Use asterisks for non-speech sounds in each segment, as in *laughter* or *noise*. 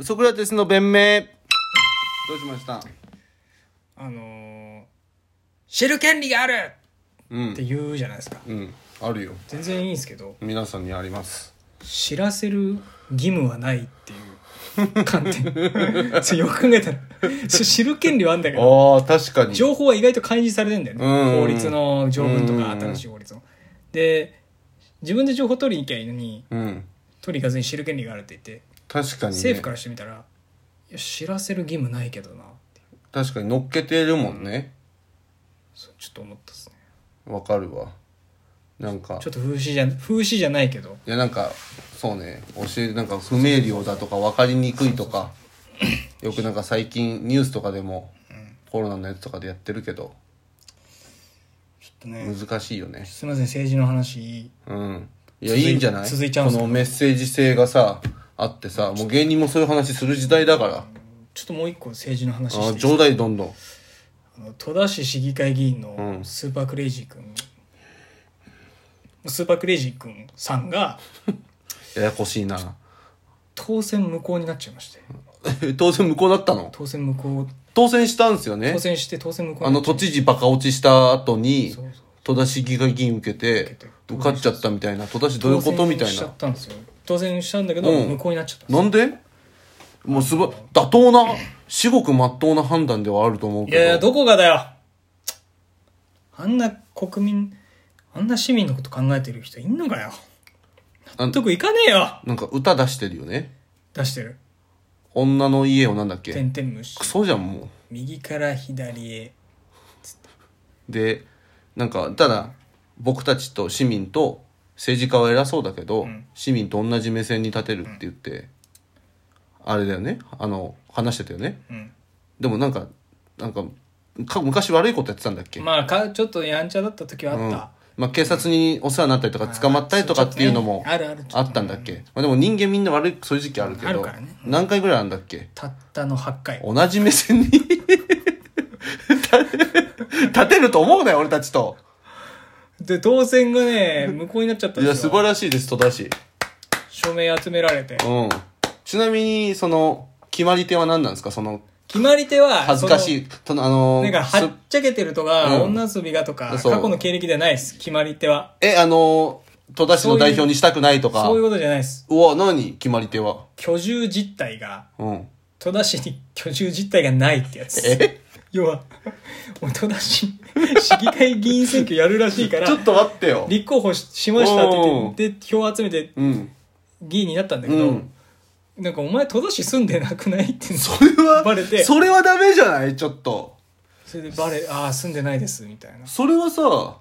ソクラテスの弁明どうしましたあのー知る権利があるうってん言うじゃないですかうんあるよ全然いいんですけど皆さんにあります知らせる義務はないっていう観点 *laughs* そうよく考えたらそう知る権利はあんだけどああ確かに情報は意外と開示されてんだよね、うん法律の条文とかうん新しい法律の、で自分で情報取りに行きゃいいのにうん取りに行かずに知る権利があるって言って、確かに、ね、政府からしてみたらいや知らせる義務ないけどなって確かに乗っけてるもんねそうちょっと思ったですねわかるわなんかちょっと風刺じゃ風刺じゃないけどいやなんかそうね教えなんか不明瞭だとか分かりにくいとかよくなんか最近ニュースとかでもコロナのやつとかでやってるけどちょっとね難しいよねすみません政治の話うんいや続いいいんじゃない続いちゃうんすこかのメッセージ性がさあってさもう芸人もそういう話する時代だからちょっともう一個政治のあ話していいです冗か談どんどんあの戸田市市議会議員のうんスーパークレイジー君、スーパークレイジー君さんがややこしいな *laughs* 当選無効になっちゃいまして当選無効だったの当選無効当選したんですよね当選して当選無効あの都知事バカ落ちした後にそうそう戸田市議会議員受けて受けて受かっちゃったみたいな戸田市どういうことみた当選いしちゃなったんですよ当選したんだけど、うん無効になっちゃったんですなんでもうすごい妥当な至極真っ当な判断ではあると思うけいどやいやどこがだよあんな国民あんな市民のこと考えてる人いんのかよなん納得いかねえよなんか歌出してるよね出してる女の家をなんだっ「けてんてん虫ク」ソじゃんも「右から左へうでなんかただ僕たちと市民と政治家は偉そうだけど、ん市民と同じ目線に立てるって言って、あれだよねあの話してたよね」うんでもなんかなんかか昔悪いことやってたんだっけ、まあかちょっとやんちゃだった時はあうんった、まあ、警察にお世話になったりとか捕まったりとかっていうのもあるあるあったんだっけ、まあ、でも人間みんな悪いそういう時期あるけあどるからね何回ぐらいあるんだっけたったの8回同じ目線に *laughs* 立てると思うなよ俺たちとで当選 *laughs* がね無効になっちゃったんいやです素よ晴らしいです戸田市署名集められてうんちなみにその決まり手は何なんですかその決まり手は恥ずかしいそのあのそのなんかはすっちゃけてるとか、うん女遊びがとか過そう去の経歴ではないです決まり手はえあの戸田市の代表にしたくないとかそういうことじゃないですうわ何決まり手は居住実態がうん戸田市に居住実態がないってやつえ要は *laughs* もう戸田市市議会議員選挙やるらしいからちょっと待ってよ立候補ししましたって言ってで票集めてうん議員になったんだけうど、んなんかお前戸田市住んでなくないってそれは、バレてそれはダメじゃないちょっと。それでバレああ住んでないですみたいなそれはさ、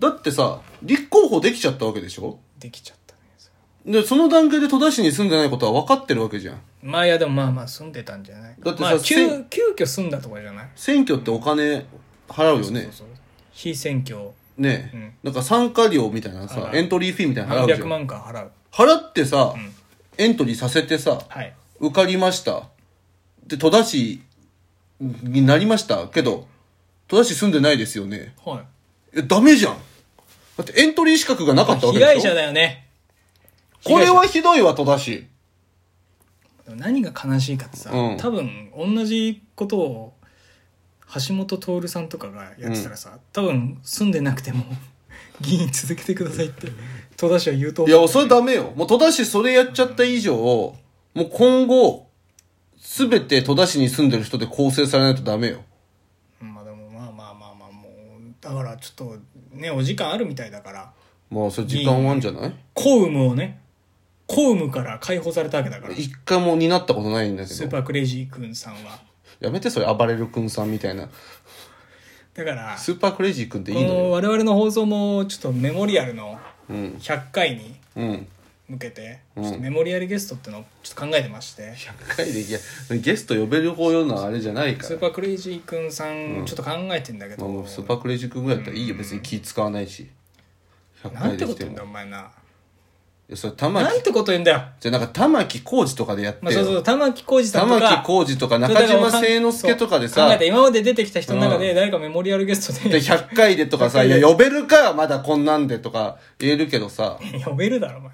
だってさ、立候補できちゃったわけでしょできちゃったねそで、れその段階で戸田市に住んでないことは分かってるわけじゃん。まあいやでもまあまあ住んでたんじゃないだってさまあ、せ急ん急遽住んだとかじゃない選挙ってお金払うよねそう。そう非選挙ね、うんなんか参加料みたいなさは、いエントリーフィーみたいなの何払うじ百ゃん。万か払う払ってさ、んエントリーさせてさ、はい受かりました。で、戸田市になりましたけど、戸田市住んでないですよね。はえ、ダメじゃん。だってエントリー資格がなかったわいけで被しょ害者だよねこれはひどいわ、戸田市。でも何が悲しいかってさ、うん多分同じことを橋本徹さんとかがやってたらさ、多分住んでなくても *laughs* 議員続けてくださいって戸田市は言うとい思うや、それダメよ。もう戸田市それやっちゃった以上、もう今後、すべて戸田市に住んでる人で構成されないとダメよ。まあでもまあまあまあまあもうだからちょっとねお時間あるみたいだからまあ、それ時間はあんじゃない公務をね公務から解放されたわけだから一回も担ったことないんだけスーど。パークレイジー君さんはやめて、それ、暴れる君さんみたいな。だからスーパークレイジー君っていこいののよ。我々の放送もちょっとメモリアルのうん。 100回にうん。向けてうんちょっとメモリアルゲストってのをちょっと考えてまして100回で、いや、ゲスト呼べる方用のはあれじゃないかスらー。パークレイジー君さんちょっと考えてんだけどまあもうスーパークレイジー君ぐらいだったらいいよ。別に気使わないし。100なん回てでこきとて言も。いうんだお前なや、それ、玉な木ん、てこと言うんだよじゃあなんか玉木浩二とかでやってよ。まあそうそう玉置浩二さんと玉か置浩二とか中島聖之助とかでそう考さ、えてで今まで出てきた人の中で誰かメモリアルゲストで100回でとかさ、いや、呼べるか、まだこんなんでとか言えるけどさ、呼べるだろお前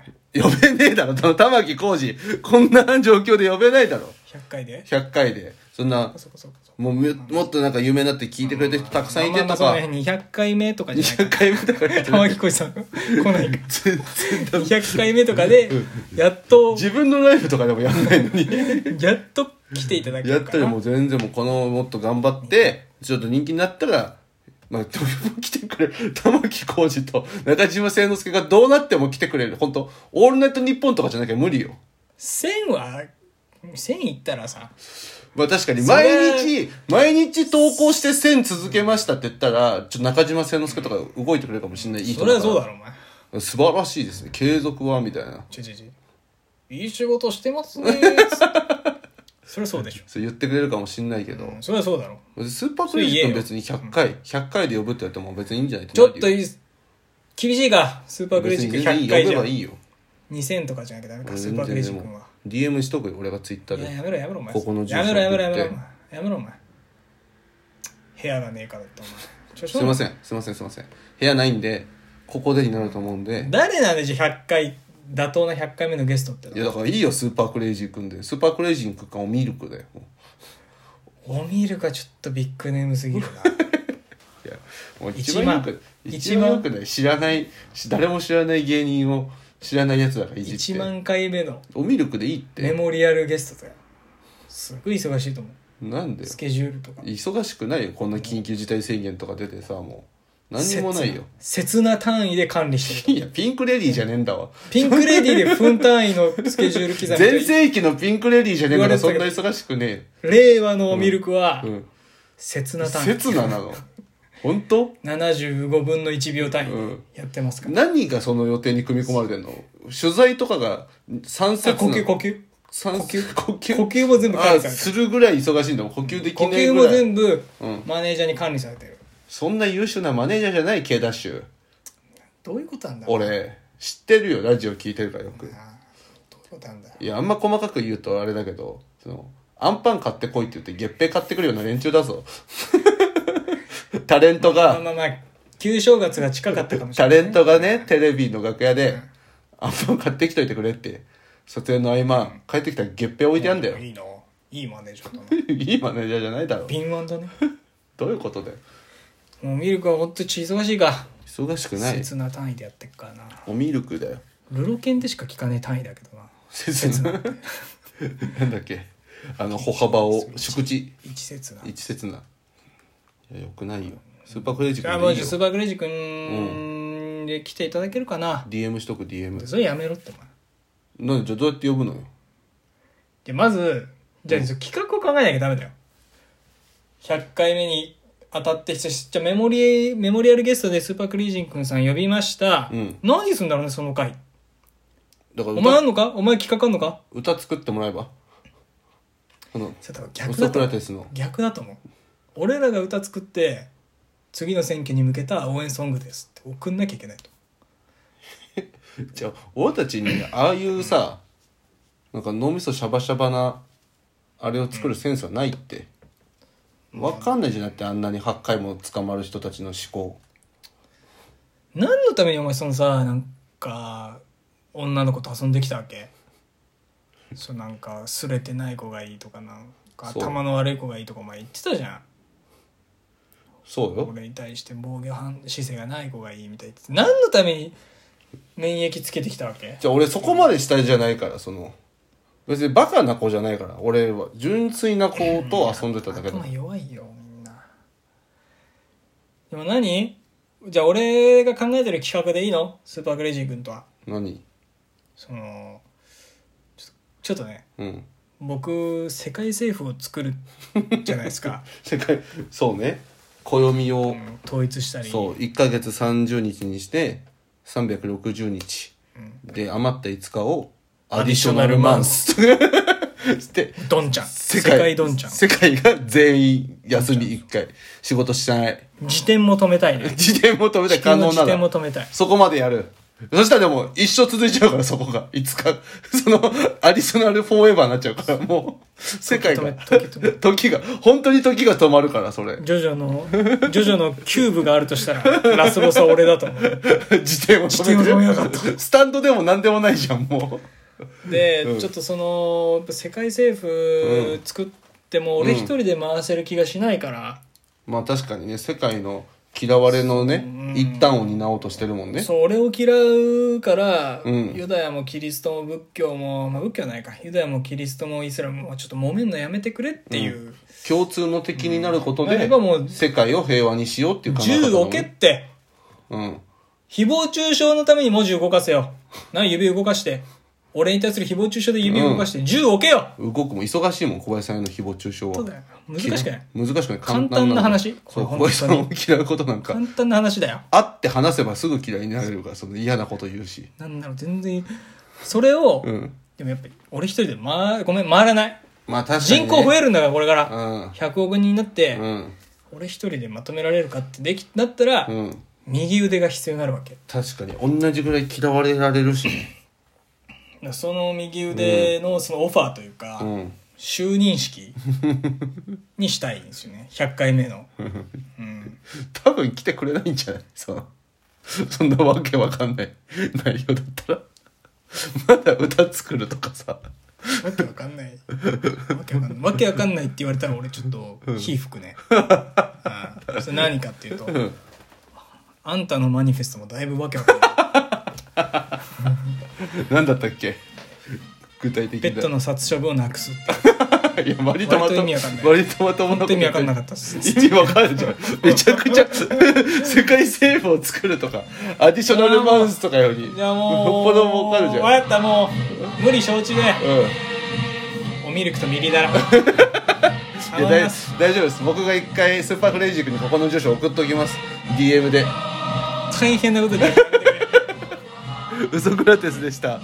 呼べねえだろた玉置浩二こんな状況で呼べないだろ100回で100回でそんなそこそこそこもうむもっとなんか有名になって聞いてくれてる人たくさんいてまとあまあまあかその辺200回目とかじゃないか200回目とか言って玉置浩二さんが来ない *laughs* か全然ダメ200回目とかでやっと自分のライブとかでもやんないのにやっと来ていただけ *laughs* やるっかたならもう全然もうこのもっと頑張ってちょっと人気になったらまあ、東京も来てくれる。玉置浩二と中島聖之介がどうなっても来てくれる。本当オールナイトニッポンとかじゃなきゃ無理よ。 1000は1000いったらさまあ確かにそれ毎日、毎日投稿して1000続けましたって言ったら、ちょっと中島聖之介とか動いてくれるかもしれない。いい人それはそうだろろお前素晴らしいですね。継続は、みたいな。ちょちょちょいい仕事してますね *laughs* そりゃそうでしょそう言ってくれるかもしれないけど。そりゃそうだろスーパークレイジそれ言えーよ君別に100回、100回で呼ぶってやっても別にいいんじゃないちょっといいい厳しいかスーパークレイジック100回呼じべゃばいいよ。 2000とかじゃなきゃダメかス全ーパークレイ然ジでックはも。DM しとくよ、俺がツイッターいやで。やめろやめろお前ここの住所やめろやめろやめろ送っやめろお前部屋がねえからってお前ちょすいません、すいません、すいません。部屋ないんで、ここでになると思うんで。誰なんでじゃあ100回妥当な100回目のゲストっていや、だからいいよ、スーパークレイジー君で。スーパークレイジー君かおミルクだよ。もうおみるかちょっとビッグネームすぎるないやもう一一番番よく一番よくない知らないし誰も知らない芸人を知らないやつだからいじって1万回目のおミルクでいいっメてモリアルゲストだよすごい忙しいと思うなんでよスケジュールとか忙しくないよこんな緊急事態宣言とか出てさもう何にもないよ切な切な単位で管理してるいやピンクレディーじゃねえんだわピンクレディで分単位のスケジュール刻み全盛期のピンクレディーじゃねえから言そわんれなて忙しくね令和のミルクはえうん切な単位刹那なの本当75分の1秒単う位んやってますから、何がその予定に組み込まれてんの取材とかが3あ節呼吸呼吸三呼吸呼吸呼吸も全部管あ理されてするぐらい忙しいんだもん呼吸でる呼きない吸ぐもらい全部うんマネージャーに管理されてる、そんな優秀なマネージャーじゃない K ダッシュどういうことなんだろう俺知ってるよラジオ聞いてるからよくなどういうことなんだいやあんま細かく言うとあれだけどそのアンパン買ってこいって言って月餅買ってくるような連中だぞ *laughs* タレントまあがまあまあ旧正月が近かったかもしタれないレントがねテレビの楽屋でアンパン買ってきといてくれって撮影の合間帰ってきたら月餅置いてあんだよ *laughs* いいいないいマネージャーだないマネージャーじゃないだろ敏腕だねどういうことだよもうミルクはほんと血忙しいか忙しくない切な単位でやってっからなおミルクだよルロケンでしか聞かねえ単位だけどな切な *laughs* なんだっけあの歩幅を縮地一切な一切ないやよくないよスーパークレイジーあもう君でいいじゃあスよーパーグレイジ君で来ていただけるかな、 DM しとく DM それやめろってお前なんでじゃあどうやって呼ぶのよでまずじゃあその企画を考えなきゃダメだよ100回目に当たってじゃあメモリメモリアルゲストでスーパークレイジン君さん呼びました、うん何すんだろうねその回だからお前あ歌んのかお前企画あんのか歌作ってもらえばあのそれ多ソ分逆だクとラ思うテスの逆だと思う俺らが歌作って次の選挙に向けた応援ソングですって送んなきゃいけないとじゃあ俺たちにああいうさなんか脳みそシャバシャバなあれを作るセンスはないって、わかんないじゃなくてあんなに8回も捕まる人たちの思考何のためにお前そのさなんか女の子と遊んできたわけそうなんかすれてない子がいいとかなんかそう頭の悪い子がいいとかお前言ってたじゃそうんよ俺に対して防御反姿勢がない子がいいみたいな何のために免疫つけてきたわけじゃあ俺そこまで下じゃないからその別にバカな子じゃないから俺は純粋な子と遊んでただけだ頭弱いよみんなでも何じゃあ俺が考えてる企画でいいのスーパークレイジー君とは何そのちょっとちょっとねうん僕世界政府を作るじゃないです *laughs* か、世界そうね暦うを、ん統一したりそう1ヶ月30日にして360日、で余った5日をアディショナルマンス *laughs* つってドンちゃん世界ドンちゃん世界が全員休み1回仕事しない *laughs* 辞典も止めたいね自転も止めたら可能辞な典もら止めたいそこまでやるそしたらでも一生続いちゃうからそこが。いつか、その、アディショナルフォーエバーになっちゃうから、もう、世界が、時止め時が、本当に時が止まるから、それ。ジョジョの、ジョジョのキューブがあるとしたら、ラスボスは俺だと思う。 *laughs* 自転を止め自転を止めやがてる。スタンドでも何でもないじゃん、もで、うんちょっとその、やっぱ世界政府作っても俺一人で回せる気がしないから、う。まあ確かにね、世界の嫌われのうんね、一端を担おうとしてるもんね。そう、俺を嫌うから、うんユダヤもキリストも仏教も、まあ仏教はないか、ユダヤもキリストもイスラムも、ちょっと揉めんのやめてくれっていう。共通の敵になることあれでば、もう、世界を平和にしようっていう考え方だ銃も置んけっね。て、うん。誹謗中傷のために文字動かせよ。な、指動かして。俺に対する誹謗中傷で指動かして、銃置けよ動くも忙しいもん、小林さんへの誹謗中傷は。そうだよ。難しくない難しくない。簡単な話そう、これ小林さん本を嫌うことなんか簡単な話だよ。会って話せばすぐ嫌いになれるからその嫌なこと言うしなんだろう、全然。それを、うんでもやっぱり、俺一人で回、ごめん、回らない。まあ確かに、ね、人口増えるんだから、これから。う100億人になって、んうん俺一人でまとめられるかってでき、なったら、うん右腕が必要になるわけ。だか確かに同じぐらい嫌われられるしねらその右腕のそのオファーというか、うん就任式にしたいんですよね。100回目の。うん。多分来てくれないんじゃないその *laughs* そんなわけわかんない *laughs* 内容だったらまだ歌作るとかさわけわかんない。わけわかんない。わけわかんないって言われたら俺ちょっと火吹 *laughs* くね。うんそれ何かっていうと、んあんたのマニフェストもだいぶわけわかん *laughs* ない。何だったっけ具体的ペなットの殺処分をなくすって。 *laughs* いや割とまと割と意味わかんない割とまともなこと本当言に意味わってかるんなかった *laughs* です。意味わかるじゃん *laughs* めちゃくちゃ世界政府を作るとかアディショナルマウスとかよりじゃあもよう、っぽどもわかるじゃんわかった、もう、無理承知で、うおミルクとミリだら。ん、いや頼だいみます。大丈夫です僕が一回スーパークレイジックにここの住所送っときます DM で大変なことで。ウソクラテスでした